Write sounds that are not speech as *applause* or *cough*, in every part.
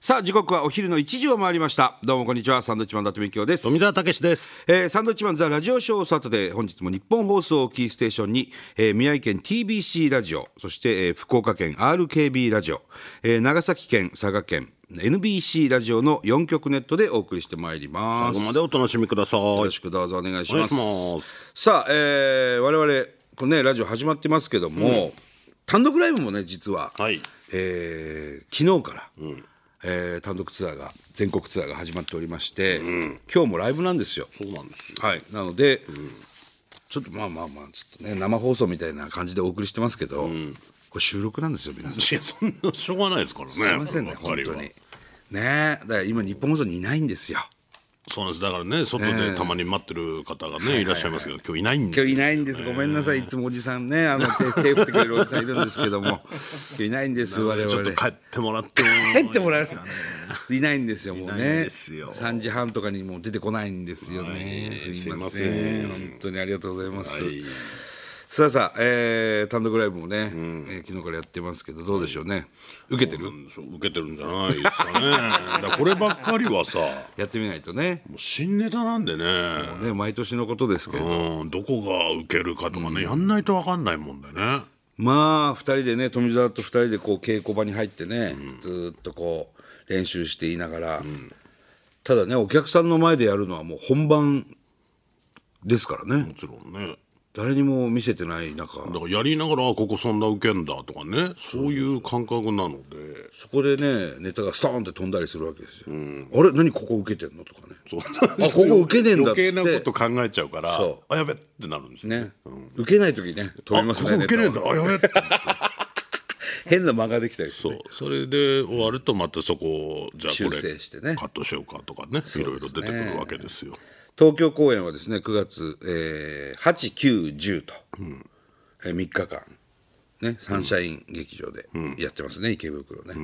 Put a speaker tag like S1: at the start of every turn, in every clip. S1: さあ時刻はお昼の1時を回りましたどうもこんにちはサンドウィッチマン伊達美京です
S2: 富澤たけしです。
S1: えーサンドウィッチマンザラジオショーサタデー本日も日本放送をキーステーションに、えー宮城県 TBC ラジオそして、えー福岡県 RKB ラジオ、えー長崎県佐賀県 NBC ラジオの4局ネットでお送りしてまいりま
S2: 最
S1: す
S2: 後ま
S1: よ
S2: でお楽しみください。お
S1: ろしくどうぞお願いし
S2: 願
S1: ま
S2: い
S1: す
S2: します。
S1: さあ、えー、我々このねラジオ始まってますけども、単独ライブもね実は、
S2: はい。
S1: えー昨日から、えー単独ツアーが全国ツアーが始まっておりまして、今日もライブなんですよ。
S2: そうなんですよ。
S1: はい、なので、ちょっとまあまあまあちょっとね生放送みたいな感じでお送りしてますけど、これ収録なんですよ皆さん。す
S2: いや、そんなしょうがないですからね。す
S1: みませんね本当に。ねえだから今日本放送にいないんですよ。
S2: そうなんです。だからね、外でたまに待ってる方がね、いらっしゃいますけど、今日いないんで。
S1: 今日いないんです。ごめんなさい。いつもおじさんね、 *laughs* あの手手振ってくれるおじさんいるんですけども、今日いないんです。我々。
S2: ちょっと帰ってもらっても。
S1: 帰ってもらえますかいないんですよもう
S2: いないん
S1: ね
S2: ですよ
S1: 3時半とかにもう出てこないんですよね、
S2: はい
S1: すいますせ
S2: いま
S1: ん本当にありがとうございます、さあさあ、えー単独ライブもね、えー昨日からやってますけどどうでしょうね受けてる、
S2: うんそう受けてるんじゃないですかね。だからこればっかりはさ、も
S1: やってみないとね
S2: う新ネタなんでね。
S1: ね毎年のことですけど、
S2: うん、どこが受けるかとかね、やんないとわかんないもんでね。
S1: まあ2人でね富澤と2人でこう稽古場に入ってね、ずーっとこう練習していながら、ただねお客さんの前でやるのはもう本番ですからね、
S2: もちろんね。
S1: 誰にも見せてない中
S2: だからやりながらあここそんな受けんだとかねそういう感覚なので
S1: そこでねネタがストーンって飛んだりするわけですよ、あれ何ここ受けてんのとかねあここ受けねえんだっつって
S2: 余計なこと考えちゃうから
S1: そ
S2: あやべってなるんですよ
S1: ね、受けない時ね飛びますね
S2: あここ受けねえ
S1: ネ
S2: んだ
S1: タは
S2: あやべって
S1: 変な間ができたりして
S2: そ
S1: ね
S2: うそれで終わるとまたそこをじゃあこ
S1: 修
S2: れ
S1: 正してね
S2: カットしようかとかねいろいろ出てくるわけですよ
S1: 東京公演はですね9月、えー、8910と、えー、3日間ねサンシャイン劇場でやってますね、池袋ね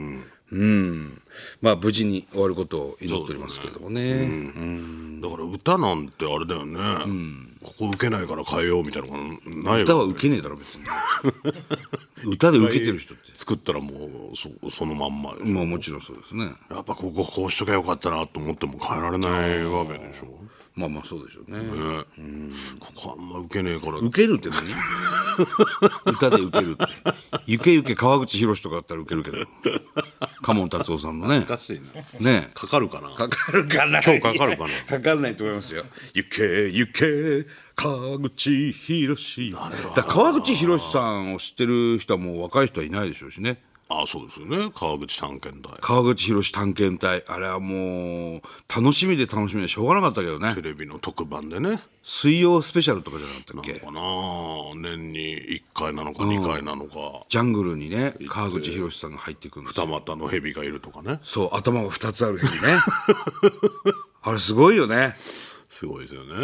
S1: うん、まあ無事に終わることを祈っておりますけどもね
S2: だから歌なんてあれだよね、ここ受けないから変えようみたいなのがない
S1: 歌
S2: よ
S1: は受けねえだろ
S2: *laughs*
S1: 別に歌で受けてる人って
S2: 作ったらもうそそのまんまよ
S1: まあもちろんそうですね
S2: やっぱこここうしときゃよかったなと思っても変えられないわけでしょ
S1: まあまあそうでしょうね、
S2: ねここあんま受けねえから
S1: 受けるって何 *laughs* 歌で受けるってゆけゆけ川口博とかだったら受け *laughs* るけどカモン達夫さんのね
S2: しいな
S1: ね
S2: かかるかな
S1: かかるかな
S2: 今日かかるかない
S1: やかかんないと思いますよ
S2: ゆけゆけ川口博士
S1: だから川口博さんを知ってる人はもう若い人はいないでしょうしね
S2: あそうですよね川口探検隊
S1: 川口博探検隊あれはもう楽しみで楽しみでしょうがなかったけどね
S2: テレビの特番でね
S1: 水曜スペシャルとかじゃなかったっけ
S2: かな年に1回なのか2回なのか
S1: ジャングルにね川口博さんが入ってくるんですよ
S2: 二股の蛇がいるとかね
S1: そう頭が2つある蛇ねあれすごいよね
S2: すごいですよねあ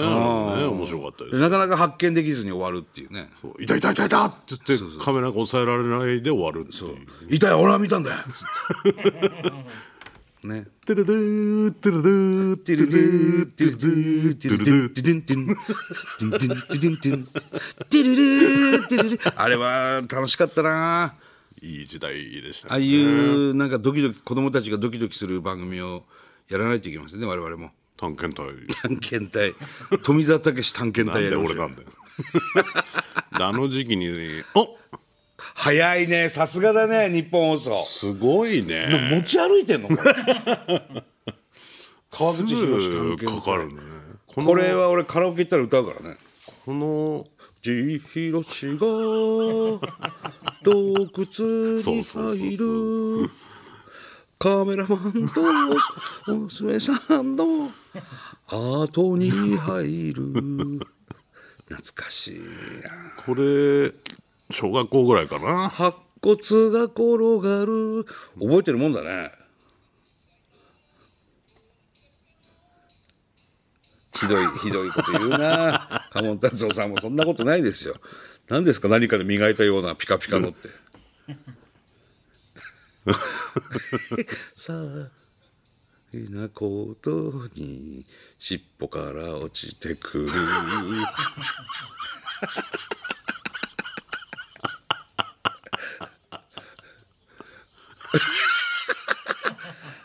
S2: れね面白かったで
S1: ですなかなか発見できずに終わるっていうね
S2: そう痛い痛い痛い痛いって言ってカメラが抑えられないで終わるっていう
S1: 「痛い俺は見たんだよ」つってね
S2: てるでーてるでーてるでーてるでーてるでー
S1: あれは楽しかったない
S2: い時代でしたね
S1: ああいうなんかドキドキ子供たちがドキドキする番組をやらないといけませんね我々も
S2: 探検隊
S1: 探検隊富澤たけし探検
S2: なん
S1: 隊や
S2: で
S1: りましょ
S2: 俺な
S1: うん
S2: だよあの時期にお
S1: 早いねさすがだね日本放送
S2: すごいね
S1: 持ち歩いてんの *laughs* これ川
S2: す
S1: 口博士探
S2: ぐ
S1: 検隊
S2: かかるねこの
S1: これは俺カラオケ行ったら歌うからね
S2: この
S1: 地広し *laughs* が洞窟に入るカメラマンと娘さん *laughs* の後に入る懐かしいな
S2: これ小学校ぐらいかな
S1: 白骨が転がる覚えてるもんだねひどいひどいこと言うなカモン達夫さんもそんなことないですよ何ですか何かで磨いたようなピカピカのってさあいなことに尻尾から落ちてくる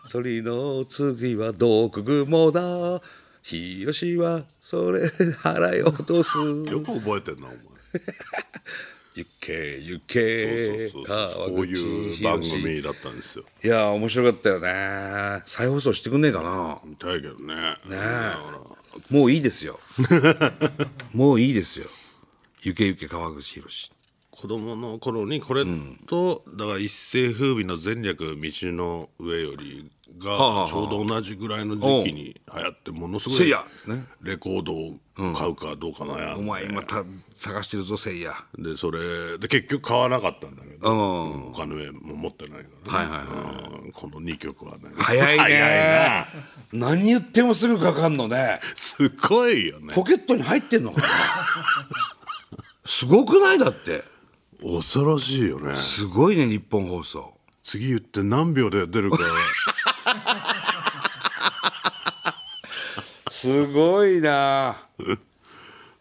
S1: それの次は毒雲だ広しはそれ払い落とす
S2: よく覚えてんなお前
S1: ゆけゆけ
S2: そうそうそう
S1: 川
S2: そう
S1: 口
S2: こういう番組だったんですよ
S1: いやー面白かったよね再放送してくんねえかな
S2: 見たいけどねね
S1: もういいですよもういいですよゆけゆけ川口博士
S2: 子供の頃にこれと、だから一世風靡の前略道の上より
S1: あはあは
S2: が
S1: あ
S2: ちょうど同じぐらいの時期に流行ってものすご
S1: せい
S2: い
S1: やね
S2: レコードを買うかどうか悩
S1: お
S2: んで、
S1: 前今た探してるぞせいや
S2: でそれで結局買わなかったんだけど、
S1: うん
S2: お金も持ってないから、
S1: はいはい
S2: うんこの2曲はね
S1: 早いね
S2: *laughs* 早いな
S1: 何言ってもすぐかかんのね
S2: すごいよね
S1: ポケットに入ってんのかなすごくないだって
S2: 恐ろしいよね
S1: すごいね日本放送
S2: 次言って何秒で *laughs* 出るか
S1: すごいな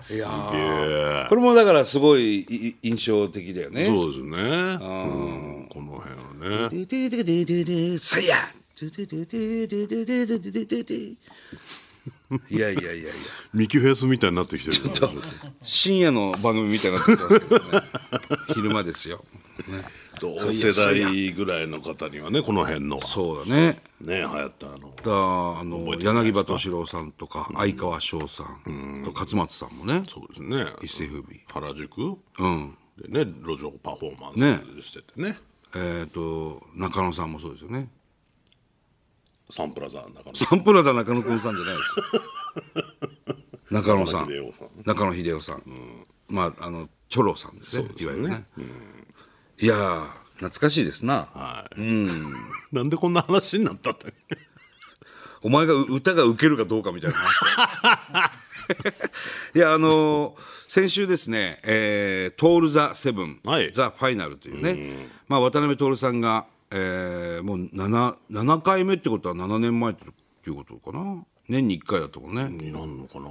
S2: すげえ
S1: これもだからすごいい印象的だよね
S2: そうですね、うん、この辺はね
S1: ででででででせいやでででででででででででいやいやいやいや
S2: ミキフェイスみたいになってきてるよ
S1: 深夜の番組みたいになってきてますけどね昼間ですよ、ね、
S2: 同世代ぐらいの方にはねこの辺のは
S1: そうだね
S2: ね流行ったあの
S1: だあの柳葉敏郎さんとか相川翔さんと勝松さんもね
S2: そうですね
S1: 一世風靡
S2: 原宿
S1: うん
S2: でね路上パフォーマンスしててね
S1: えっ、と中野さんもそうですよね
S2: サンプラザーの中の
S1: サンプラザ中野くんさんじゃないです *laughs* よ中野さん
S2: 中野秀夫さん
S1: 中野秀夫さん、まああのチョロさんですねいわゆるね、いやー懐かしいですな
S2: はい、なんでこんな話になったんだっけ
S1: お前がう歌が受けるかどうかみたいな話 *laughs* いやあのー先週ですね「えー、トール・ザ・セブン」
S2: はい
S1: ザ・ファイナル」というね、まあ、渡辺徹さんが、えーもう 7, 7回目ってことは7年前っていうことかな年に1回だったもんね、
S2: になんのかな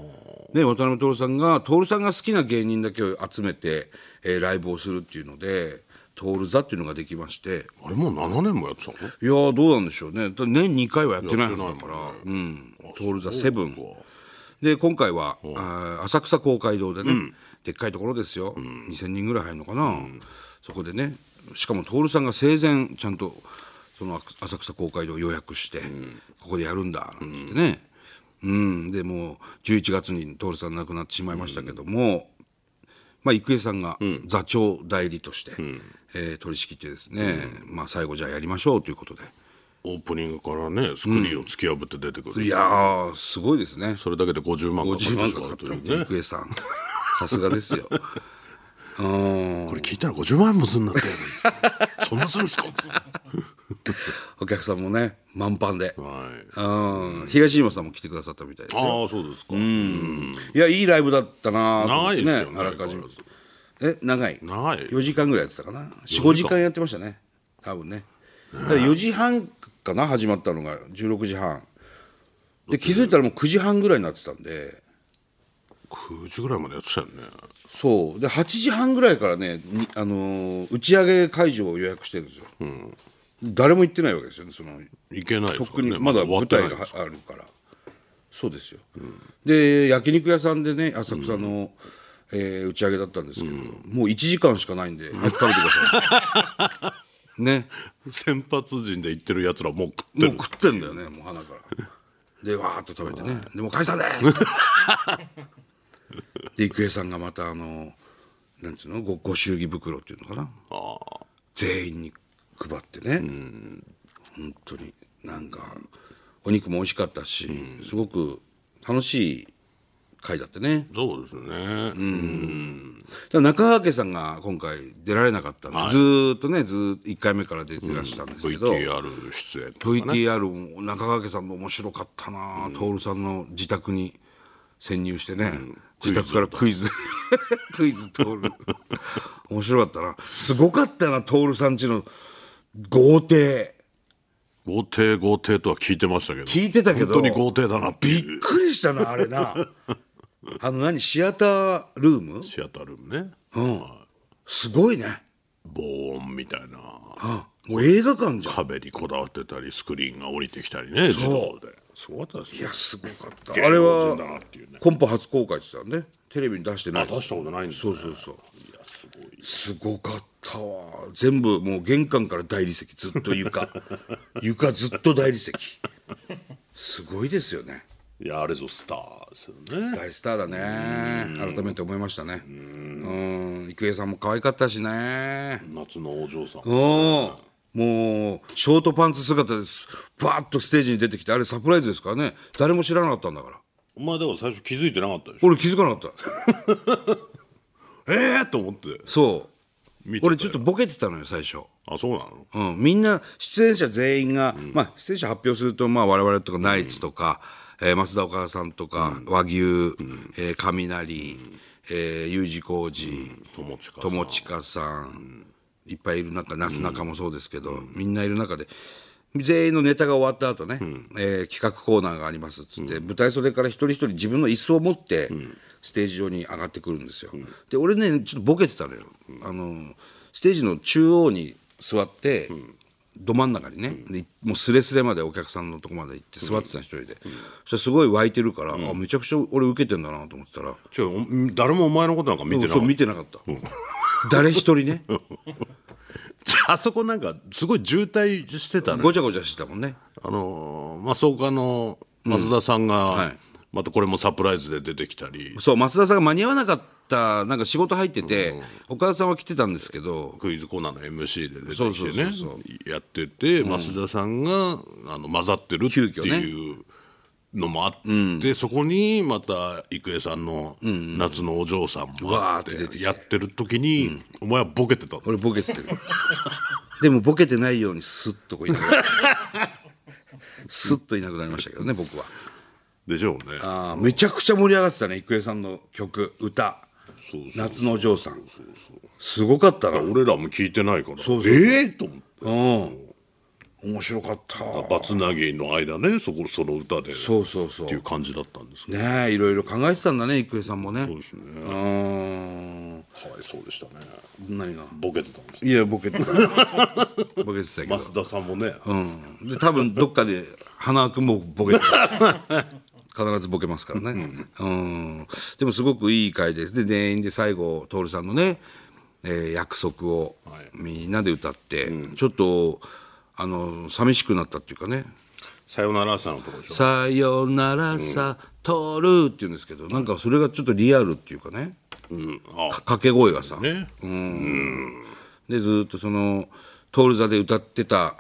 S1: ね、渡辺徹さんが徹さんが好きな芸人だけを集めて、えーライブをするっていうので「徹座」っていうのができまして
S2: あれもう7年もやってたの
S1: いやーどうなんでしょうねだ年2回はやってないはずだから「うん、徹座セブンで今回は、あー浅草公会堂でね、でっかいところですよ、2,000人ぐらい入るのかな、そこでねしかも徹さんが生前ちゃんとその浅草公会堂を予約して、ここでやるんだなんて言ってね、うんでもう11月に徹さん亡くなってしまいましたけども、まあ、郁恵さんが座長代理として、えー取り仕切ってですね、まあ、最後じゃあやりましょうということで
S2: オープニングからねスクリーンを突き破って出てくる、
S1: いやーすごいですね
S2: それだけで50万かかってし
S1: 50
S2: ま
S1: 万
S2: う
S1: かかった
S2: とい
S1: っ
S2: う
S1: て
S2: ね
S1: 郁恵さんさすがですよ
S2: *laughs* これ聞いたら50万円もすんなって。 *laughs* そんなするんですか。
S1: お客さんもね満帆で、
S2: はい。
S1: うん、東島さんも来てくださったみたいですよ
S2: ああ、そうですか。うん。
S1: いやいいライブだったなと思っ
S2: 長
S1: て
S2: いですよね。
S1: あらかじめ
S2: 相変わらず
S1: え長い
S2: 長い
S1: 4時間ぐらいやってたかな45時間やってましたね多分ねだから4時半かな始まったのが16時半で気づいたらもう9時半ぐらいになってたんで
S2: 9時ぐらいまでやってたよね。
S1: そうで8時半ぐらいからねにあのー打ち上げ会場を予約してるんですよ、誰も行ってないわけですよねその
S2: いけないです
S1: 特
S2: からね。
S1: にまだ
S2: 終わ
S1: 舞
S2: ってな
S1: 台
S2: い
S1: があるからそうですよ、で焼肉屋さんでね浅草の、えー打ち上げだったんですけど、もう1時間しかないんで早く食べてくださ *laughs* いね
S2: 先発陣で行ってる奴らもう食って
S1: もう
S2: る。
S1: 食ってんだよねもう鼻からでわーっと食べてね「でもう解散です! 」で郁恵さんがまたあのなんていうのごご祝儀袋っていうのかな
S2: ああ。
S1: 全員に配ってね、本当になんかお肉も美味しかったし、すごく楽しい回だってね
S2: そうですね。うん。
S1: だから中川家さんが今回出られなかったんで、ずーっとねずーっと1回目から出てらしたんですけど、
S2: VTR 出演とかね。
S1: VTR も中川家さんの面白かったな、徹さんの自宅に潜入してね、自宅からクイズクイズ徹 *laughs* 面白かったなすごかったな徹さんちの豪邸
S2: 豪邸豪邸とは聞いてましたけど。
S1: 聞いてたけど
S2: 本当に豪邸だなって
S1: びっ
S2: いう。
S1: くりしたなあれなあの何シアタールーム
S2: シアタールームね。
S1: すごいね
S2: 防音みたいな。
S1: あもう映画館じゃん
S2: 壁にこだわってたりスクリーンが降りてきたりね自動ですごかったです
S1: い
S2: よ
S1: やすごかった
S2: 芸
S1: あれ
S2: 能人
S1: は
S2: だなっていうね
S1: コンパ初公開って言ってたんでテレビに出してな
S2: あ
S1: い
S2: 出したことないんです
S1: そ
S2: ね
S1: うそうそう
S2: いやすごい
S1: すごかったわ全部もう玄関から大理石ずっと床 *laughs* 床ずっと大理石すごいですよね
S2: いやあれぞスターですよね
S1: 大スターだね改めて思いましたねうん郁恵さんも可愛かったしね
S2: 夏のお嬢さん
S1: うんもうショートパンツ姿ですバーッとステージに出てきてあれサプライズですからね誰も知らなかったんだから
S2: お前だから最初気づいてなかったでしょ
S1: 俺気づかなかった
S2: ええと思って
S1: そう
S2: 見てたよ
S1: 俺ちょっとボケてたのよ最初
S2: あそうなの
S1: うん、みんな出演者全員が、まあ、出演者発表すると、まあ、我々とかナイツとか、えー増田岡田さんとか、和牛、えー雷、えー U 字工事
S2: 友近
S1: 友近さん、いっぱいいる中なすなかもそうですけど、みんないる中で全員のネタが終わった後ね、えー企画コーナーがありますっつって、舞台袖から一人一人自分の椅子を持って、ステージ上に上がってくるんですよ、で俺ねちょっとボケてたのよ、あのステージの中央に座って、ど真ん中にね、でもうすれすれまでお客さんのとこまで行って座ってた一人で、そしたらすごい湧いてるから、あめちゃくちゃ俺受けてんだなと思ってたら、
S2: ちょお誰もお前のことなんか見てな
S1: そう
S2: い *laughs*
S1: 見てなかった、誰一人ね
S2: あそこなんかすごい渋滞してたね
S1: ごちゃごちゃしてたもんね。
S2: あのーまあそうかの増田さんが、
S1: はい
S2: またこれもサプライズで出てきたり
S1: そう、増田さんが間に合わなかった、なんか仕事入ってて、岡田さんは来てたんですけど、
S2: クイズコーナーの MC で出て
S1: そう
S2: き
S1: そう
S2: て
S1: そ
S2: ね
S1: うそ
S2: やってて増田さんが、あの混ざってるって
S1: 急遽ね
S2: いうのもあって、そこにまた郁恵さんの夏のお嬢さんもあ
S1: わーって出てきて
S2: やってる時に、お前はボケてたの
S1: 俺ボケてる。 *laughs* でもボケてないようにスッとこういなくなスッといなくなりましたけどね、僕は。
S2: でしょうね
S1: あーめちゃくちゃ盛り上がってたね、郁恵さんの曲、歌、
S2: そうそう
S1: 夏のお嬢さん。すごかったな。うん。
S2: 俺らも聞いてないから
S1: うそう
S2: ええと思って
S1: 面白かった。
S2: バツナギの間ねそこその歌で
S1: そうそうそう
S2: っていう感じだったんですけど
S1: ねえ、いろいろ考えてたんだね、郁恵さんもね。
S2: そうですね
S1: うーん。
S2: かわいそうでしたね
S1: 何が
S2: ボケてたんです
S1: いや、ボケてた。 *laughs* ボケてたけど。
S2: 増田さんもね、
S1: うん、で多分どっかで花輪君もボケて *laughs* る必ずボケますからね、うん、でもすごくいい回ですで全員で最後徹さんのね、えー約束を
S2: はい
S1: みんなで歌って、ちょっとあの寂しくなったっていうかね
S2: さよならさんのとこで
S1: 「
S2: しょ
S1: さよならさ徹」っていうんですけどなんかそれがちょっとリアルっていうかね
S2: うんあ
S1: 掛け声がさ、
S2: ね、
S1: でずーっとその徹座で歌ってた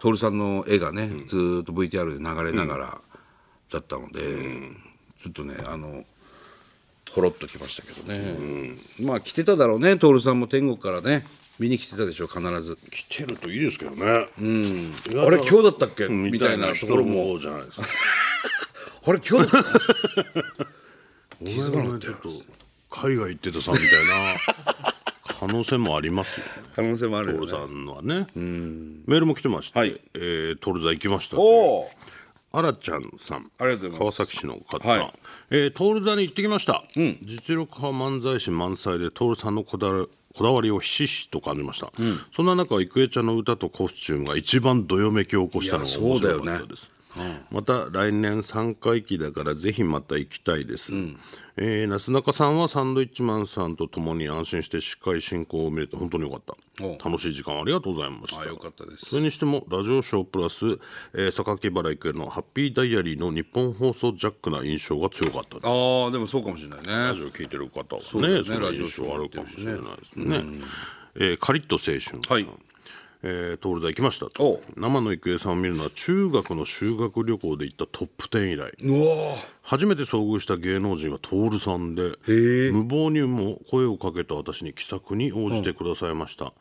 S1: 徹さんの絵がね、ずーっと VTR で流れながらだったので、ちょっとねあのほろっときましたけどね、まあ来てただろうね徹さんも天国からね見に来てたでしょ必ず
S2: 来てるといいですけどね、うん、
S1: あれ今日だったっけみ
S2: み
S1: た
S2: た
S1: い
S2: い
S1: な
S2: な
S1: と
S2: 人
S1: ころも
S2: もじゃないですか
S1: あれ今日だった
S2: 俺はねちょっと海外行ってたさみたい *laughs* な可能性もありますよね
S1: 可能性もあるよね
S2: 徹さんのはね、メールも来てまして、
S1: はい
S2: えー、徹座行きました
S1: おお
S2: あらちゃんさん
S1: ありがとうございます
S2: 川崎市の方、
S1: はい
S2: えー、トール座に行ってきました、実力派漫才師満載でトールさんのこだわりこだわりをひしひしと感じました、そんな中郁恵ちゃんの歌とコスチュームが一番どよめきを起こしたのが
S1: いや
S2: 面白
S1: そう
S2: か
S1: だ
S2: っ
S1: よ
S2: た
S1: ね
S2: です、また来年3回忌だからぜひまた行きたいです、えー、なすなかさんはサンドイッチマンさんと共に安心してしっかり進行を見れて本当によかった
S1: お
S2: 楽しい時間ありがとうございました
S1: あよかったです
S2: それにしてもラジオショープラス、えー、榊原郁恵の「ハッピーダイアリー」の日本放送ジャックな印象が強かったです
S1: あーでもそうかもしれない
S2: ラ
S1: ね
S2: ジオ聞いてる方はね
S1: うだよね
S2: その印象あるかもしれないですねえーカリッと青春さん
S1: はい
S2: えー、トール座行きました
S1: お
S2: と
S1: う
S2: 生の郁恵さんを見るのは中学の修学旅行で行ったトップ10以来
S1: うわー
S2: 初めて遭遇した芸能人が徹さんで
S1: へえ
S2: 無謀にも声をかけた私に気さくに応じてくださいました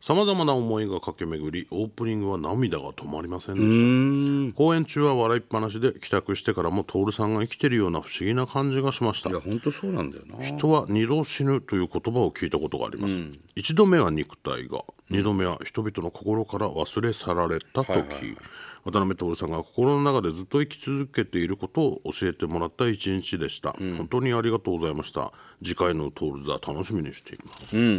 S2: さまざまな思いが駆け巡りオープニングは涙が止まりませんでした公演中は笑いっぱなしで帰宅してからも徹さんが生きてるような不思議な感じがしました
S1: いや本当そうなんだよな
S2: 人は二度死ぬという言葉を聞いたことがあります、一度目は肉体が二度目は人々の心から忘れ去られた時、渡辺徹さんが心の中でずっと生き続けていることを教えてもらった一日でした、本当にありがとうございました次回の「徹座」楽しみにしています、
S1: い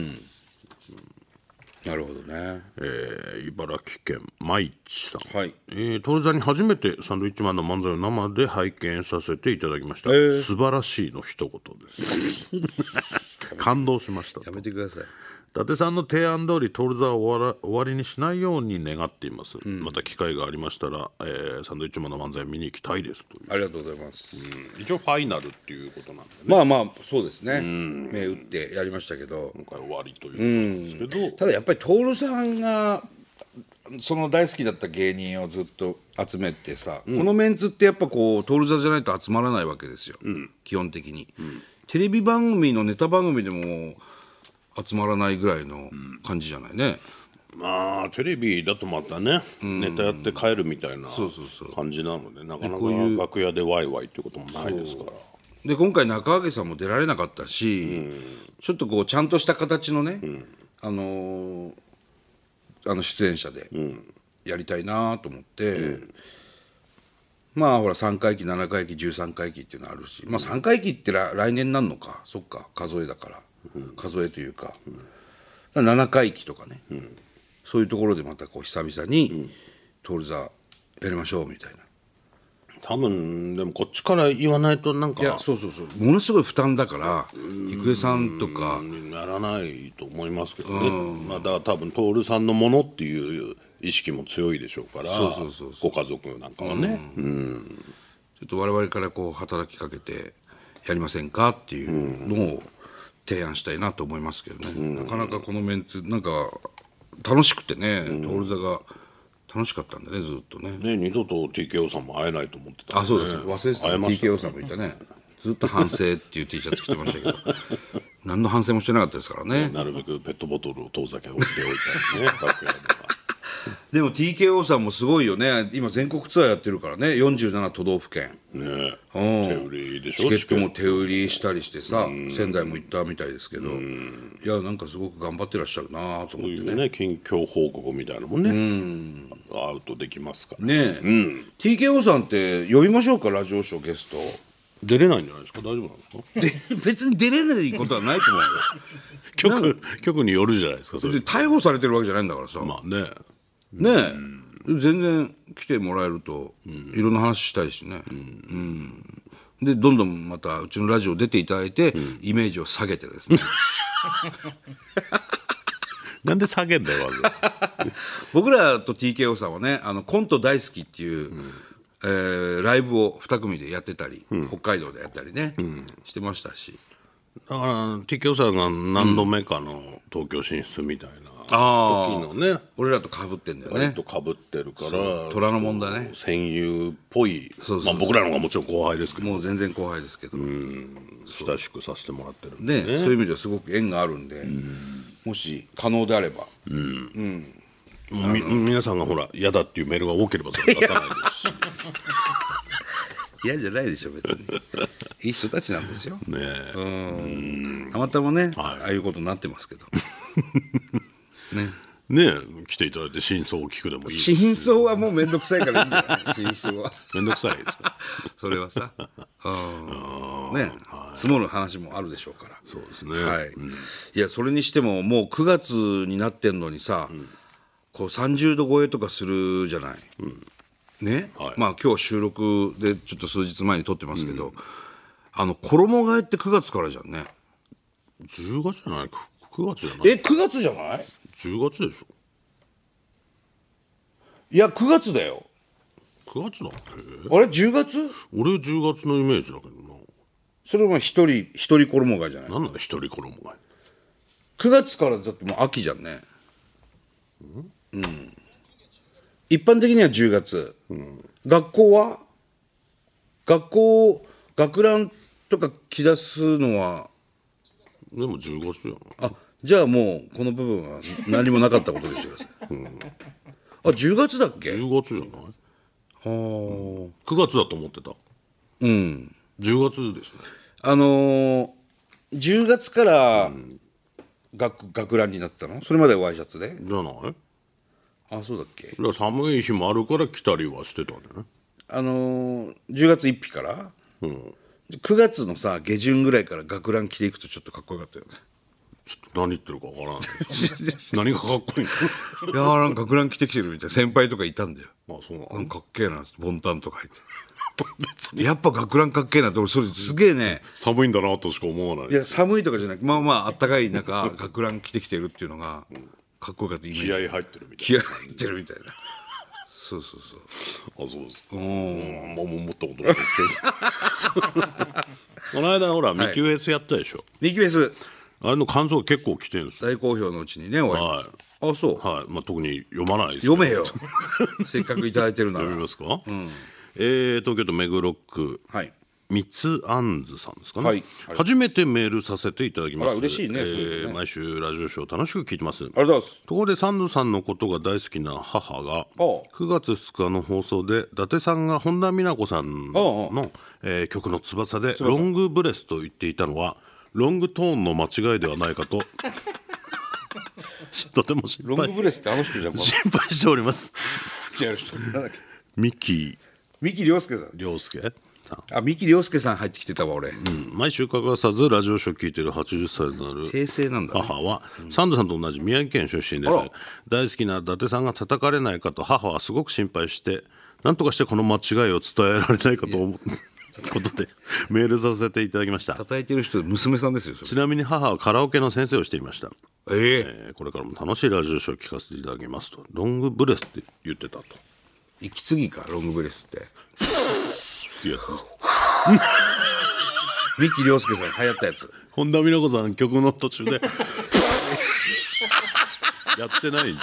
S1: なるほどね
S2: えー茨城県舞市さん、
S1: はい
S2: えー徹さんに初めてサンドウィッチマンの漫才を生で拝見させていただきました、
S1: ー
S2: 素晴らしいの一言です感動しました
S1: やめてください
S2: 伊達さんの提案通り徹座を終わら終わりにしないように願っています、また機会がありましたら、えーサンドウィッチマンの漫才見に行きたいですという
S1: ありがとうございます、
S2: 一応ファイナルっていうことなんでね
S1: まあまあそうですね目打ってやりましたけど
S2: 今回終わりということなんですけど、
S1: ただやっぱり徹さんがその大好きだった芸人をずっと集めてさ、このメンツってやっぱこう徹座じゃないと集まらないわけですよ、基本的に、テレビ番組のネタ番組でも集まらないぐらいの感じじゃないね、
S2: まあテレビだとまたね、ネタやって帰るみたいな
S1: うそうそ
S2: 感じなのでなかなか
S1: こういう
S2: 楽屋でワイワイってこともないですから
S1: で今回中揚さんも出られなかったし、ちょっとこうちゃんとした形のね、あのーあの出演者でやりたいなと思って、まあほら3回忌7回忌13回忌っていうのあるし、まあ、3回忌ってら来年なんのかそっか数えだから、数えというか,、7回忌とかね、そういうところでまたこう久々に「徹、座やりましょう」みたいな。
S2: 多分でもこっちから言わないとなんか
S1: いやそうそうそうものすごい負担だから郁恵さんとか
S2: ならないと思いますけどね、まあ、だから多分徹さんのものっていう意識も強いでしょうから
S1: そうそうそう
S2: ご家族なんかはね、
S1: ちょっと我々からこう働きかけてやりませんかっていうのを提案したいなと思いますけどね、なかなかこのメンツなんか楽しくてね徹座が楽しかったんだねずっとね
S2: ね二度と TKO さんも会えないと思ってたん
S1: あそうです忘れてた
S2: 会えました
S1: TKO さんもいたねずっと反省っていう T シャツ着てましたけど *laughs* 何の反省もしてなかったですからね
S2: なるべくペットボトルを遠ざけ置いておいたりね楽屋では。
S1: でも TKO さんもすごいよね今全国ツアーやってるからね47都道府県 *laughs*
S2: ね手
S1: うん
S2: 売りでし
S1: チ
S2: ょ
S1: ケットも手売りしたりしてさ仙台も行ったみたいですけどいやなんかすごく頑張ってらっしゃるなと思
S2: こう
S1: っ
S2: い
S1: て
S2: う
S1: ね
S2: ね近況報告みたいなのもねアウトできますから
S1: ねえ、TKO さんって呼びましょうかラジオショーゲスト
S2: 出れないんじゃないですか大丈夫なんですか
S1: で別に出れないことはないと思うよ
S2: 局局によるじゃないですかそ
S1: 別 *laughs*
S2: れ
S1: に逮捕されてるわけじゃないんだからさ、
S2: まあね
S1: ねえ全然来てもらえるといろんな話したいしね、うんでどんどんまたうちのラジオ出ていただいて、イメージを下げてですね
S2: なんで下げんだよまず
S1: 僕らと TKO さんはねあのコント大好きっていう、えーライブを2組でやってたり、北海道でやったりね、してましたし
S2: だから TKO さんが何度目かの東京進出みたいな
S1: あ
S2: 時のね
S1: 俺らと被ってんだよ
S2: 割
S1: ね
S2: とかぶってるから
S1: 虎の門だね
S2: 戦友っぽい
S1: そうそう
S2: まあ僕らの方がもちろん後輩ですけど
S1: もう全然後輩ですけど、
S2: 親しくさせてもらってるんで
S1: ねそういう意味ではすごく縁があるんで、もし可能であれば、
S2: み皆さんがほら嫌だっていうメールが多ければそれは出さないですし
S1: 嫌じゃないでしょ別に *laughs* いい人たちなんですよ
S2: ね
S1: *laughs* たまたまね、
S2: はい
S1: ああいうことになって *laughs* ますけどね
S2: ねえ来ていただいて真相を聞くでもいいし
S1: 真相はもう面倒くさいからいいんじゃない真相は
S2: めんどくさいで
S1: *laughs*
S2: すか
S1: それはさうんね積もる話もあるでしょうから
S2: そうですね、
S1: はい、いやそれにしてももう9月になってんのにさ、こう30度超えとかするじゃない、ね、
S2: はい
S1: まあ今日収録でちょっと数日前に撮ってますけど、あの衣替えって9月からじゃんね
S2: 10月じゃないか9月じゃない
S1: え9月じゃない
S2: 10月でしょ
S1: いや9月だよ
S2: 9月だっけ
S1: あれ10月
S2: 俺10月のイメージだけど
S1: それは一人一人衣替えじゃない
S2: ななんなの一人衣が
S1: 9月からだってもう秋じゃんねうん一般的には10月、学校は学校学ランとか着出すのは
S2: でも10月じゃな
S1: あ
S2: い
S1: じゃあもうこの部分は何もなかったことにしてください、あ10月だっけ
S2: 10月じゃない
S1: は
S2: 9月だと思ってた
S1: あうん
S2: 10月ですね
S1: あのー、10月から学学ランになってたのそれまではワイシャツで
S2: じゃない
S1: あそうだっけ
S2: いや寒い日もあるから来たりはしてたね
S1: あのー、10月1日から、九9月のさ下旬ぐらいから学ラン着ていくとちょっとかっこよかったよね
S2: ちょっと何言ってるかわからない何がかっこいい
S1: いやーなんかグラン着てきてるみたいな先輩とかいたんだよ
S2: のまあそうな
S1: な
S2: の
S1: んかかっけえなっつってボンタンとか入って
S2: 別に
S1: やっぱ学ランかっけえなって俺それすげえね
S2: 寒いんだなとしか思わない
S1: いや寒いとかじゃなくまあまああったかい中学ラン着てきてるっていうのがかっこよかったイメージ
S2: 気合入ってるみたい
S1: 気合入ってるみたいなそうそうそう
S2: なあそうですかうんまあもう思ったことないです
S1: *laughs*
S2: けどこの間ほらミキュエスやったでしょ、
S1: ミキフェス
S2: あれの感想結構来てるんですよ
S1: 大好評のうちにね俺
S2: は
S1: あ
S2: い
S1: そう
S2: はい、まあ、特に読まないですけど
S1: 読めよせっかくいた *laughs* だいてるなら
S2: 読みますか、えー東京都目黒区
S1: はい
S2: 三つあんずさんですかね、
S1: はい
S2: 初めてメールさせていただきま
S1: あ
S2: す
S1: ら嬉しいね
S2: え
S1: そういう
S2: ー
S1: のね
S2: 毎週ラジオショー楽しく聞いてます
S1: ありがとうございます
S2: ところでサンドさんのことが大好きな母が
S1: おう
S2: 9月2日の放送で伊達さんが本田美奈子さん
S1: おう
S2: の、えー曲の「翼」で「ロングブレス」と言っていたのはロングトーンの間違いではない
S1: *laughs*
S2: かととても心
S1: ロング
S2: 配
S1: ブレスってあの人じゃんこの
S2: 心配しております
S1: 服やる人なんだっけ
S2: ミキ
S1: 三木亮介さん
S2: 亮介さん
S1: あ三木亮介さん入ってきてたわ俺
S2: 毎週欠かさずラジオショー聞いてる80歳になる
S1: 訂正なんだね
S2: 母はサンドさんと同じ宮城県出身です
S1: あら
S2: 大好きな伊達さんが叩かれないかと母はすごく心配して何とかしてこの間違いを伝えられないかと思うことでメールさせていただきました
S1: 叩いてる人娘さんですよそれ
S2: ちなみに母はカラオケの先生をしていました、
S1: ええ
S2: えーこれからも楽しいラジオショーを聞かせていただきますとロングブレスって言ってたと
S1: 息継ぎかロングブレスって
S2: いうやつです
S1: 三木亮介さん流行ったやつ
S2: 本田美奈子さん曲の途中 *laughs* でやってない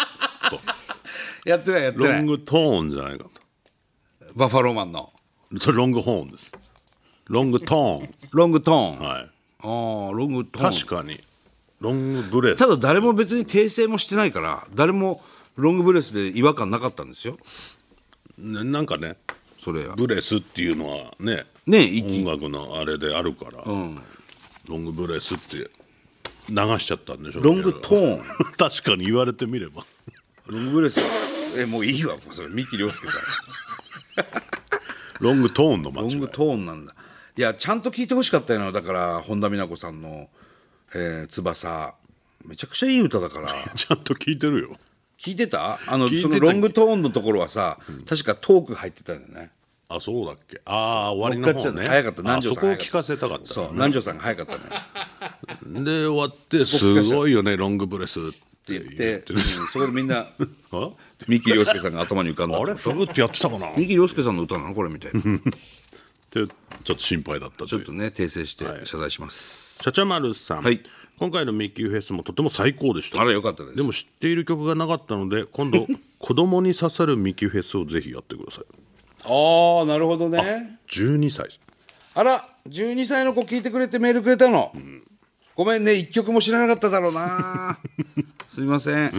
S2: と
S1: やってないやって
S2: ロ
S1: な
S2: ン
S1: い
S2: グトーンじゃないか
S1: バッファローマンの
S2: とそれロングホーンですロングトー
S1: ロングトーン、
S2: ンはい
S1: あーロングトーン
S2: 確かにロングブレス
S1: ただ誰も別に訂正もしてないから誰もロングブレスで違和感なかったんですよ
S2: ねなんかね
S1: それは
S2: ブレスっていうのはね
S1: ね息
S2: 音楽のあれであるから、ロングブレスって流しちゃったんでしょうけ
S1: ロ
S2: ど
S1: ングトーン
S2: *laughs* 確かに言われてみれば
S1: ロングブレスえもういいわもうそれ三木亮介さん
S2: ロングトーンの間
S1: ロン
S2: 違
S1: グ
S2: い
S1: トーンなんだいやちゃんと聞いてほしかったよだから本田美奈子さんの「えー翼」めちゃくちゃいい歌だから
S2: ちゃんと聞いてるよ
S1: 聞いてたあの
S2: 聞いて
S1: そ
S2: た
S1: のロングトーンのところはさ、確かトーク入ってたんだよね
S2: あそうだっけああ終わりの方
S1: 乗っかっちゃう
S2: ね
S1: の早かった南
S2: あ
S1: 條
S2: そ
S1: さん
S2: こを聞かせたかった
S1: そう南條さんが早かったのよ
S2: で終わってすごいよねロングブレスっ
S1: って言
S2: て
S1: っ
S2: 言
S1: て
S2: って
S1: うんそこでみん
S2: *laughs*
S1: な
S2: あ
S1: 三木亮介さんが頭に浮かんだ
S2: あれフグってやってたかなって
S1: 三木亮介さんの歌なのこれみたいなち
S2: ちょっと心配だったと
S1: ょ
S2: い
S1: っ
S2: う
S1: とね訂正して謝罪します、
S2: ちゃちゃまるさん、
S1: はい
S2: 今回のミッキーフェスもとても最高でした
S1: あれよかったです
S2: でも知っている曲がなかったので
S1: *laughs*
S2: 今度子供に刺さるミッキーフェスをぜひやってください
S1: ああなるほどね
S2: 12歳
S1: あら12歳の子聞いてくれてメールくれたの、ごめんね一曲も知らなかっただろうな *laughs* すいません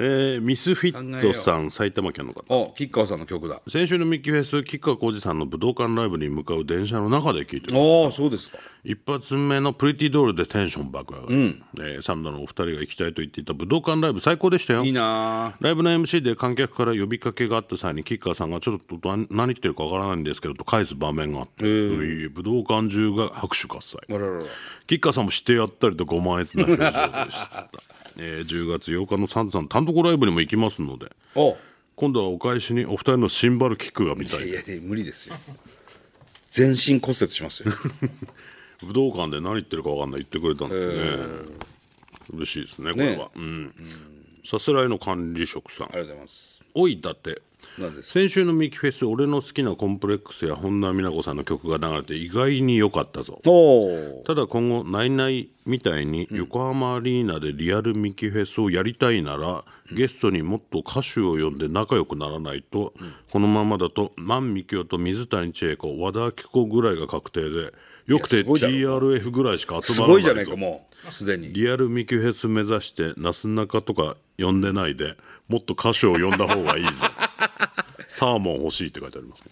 S2: えーミスフィットさん埼玉県の方
S1: お吉川さんの曲だ
S2: 先週のミッキーフェス吉川浩司さんの武道館ライブに向かう電車の中で聞いてる
S1: ああそうですか
S2: 一発目の「プリティドール」でテンション爆上がり、えーサンドのお二人が行きたいと言っていた武道館ライブ最高でしたよ
S1: いいな
S2: ライブの MC で観客から呼びかけがあった際に吉川さんがちょっと何何言ってるかわからないんですけどと返す場面があって、えー武道館中が拍手喝采
S1: ーあららら
S2: 吉川さんもしてやったりとご満悦な表情でした、えー10月8日のサンズさん単独ライブにも行きますので
S1: お
S2: 今度はお返しにお二人のシンバルキックが見たい
S1: いやいや無理ですよ全身骨折しますよ
S2: 武道館で何言ってるかわかんない言ってくれたんですね、嬉しいですねこれは、
S1: ね
S2: うんさすらいの管理職さ
S1: あ
S2: ん
S1: りがとうございます
S2: おいだって
S1: なんです
S2: 先週のミキフェス俺の好きなコンプレックスや本田美奈子さんの曲が流れて意外に良かったぞ
S1: おお
S2: ただ今後ナイナイみたいに横浜アリーナでリアルミキフェスをやりたいなら、ゲストにもっと歌手を呼んで仲良くならないと、このままだと万美京と水谷千恵子和田明子ぐらいが確定でよく
S1: いや
S2: て
S1: すごいだろ
S2: TRF ぐらいしか集
S1: す
S2: まら
S1: ごいじゃ
S2: な
S1: ないいか
S2: ぞ
S1: もうすでに
S2: リアルミキフェス目指してなすなかとか呼んでないでもっと歌手を呼んだ方がいいぞ *laughs* サーモン欲しいって書いてあります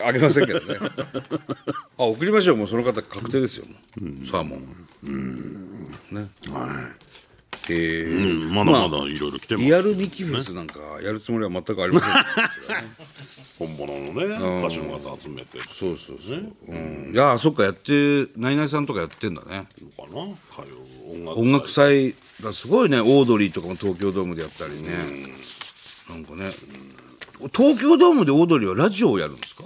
S1: あげませんけどね *laughs* あ送りましょうもうその方確定ですよもうサーモンねへー
S2: うん、まだまだいろいろ来てます、
S1: リアルミキフェスなんかやるつもりは全くありません。
S2: 本物のね歌手の方集めてそ
S1: そうそうそう。うん、いやーそっかやってナイナイさんとかやってんだね。
S2: うかな歌謡音楽
S1: 音楽祭がすごいねオードリーとかも東京ドームでやったりね。なんかね、東京ドームでオードリーはラジオをやるんですか？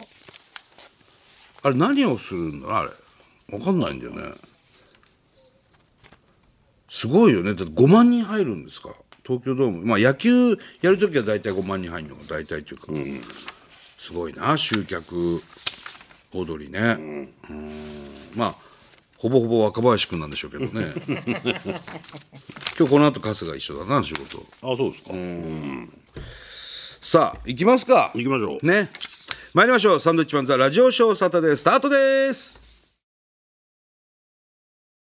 S1: あれ何をするんだろうあれ。わかんないんだよね。すごいよね。だって5万人入るんですか。東京ドーム。まあ野球やるときは大体5万人入るのが大体というか。すごいな、集客、オードリーね。うんまあ、ほぼほぼ若林くんなんでしょうけどね。今日この後春日一緒だな、仕事。
S2: あそうですか、
S1: さあ、行きますか。
S2: 行きましょう
S1: ね。参りましょう。サンドウィッチマンザラジオショーサタデースタートです。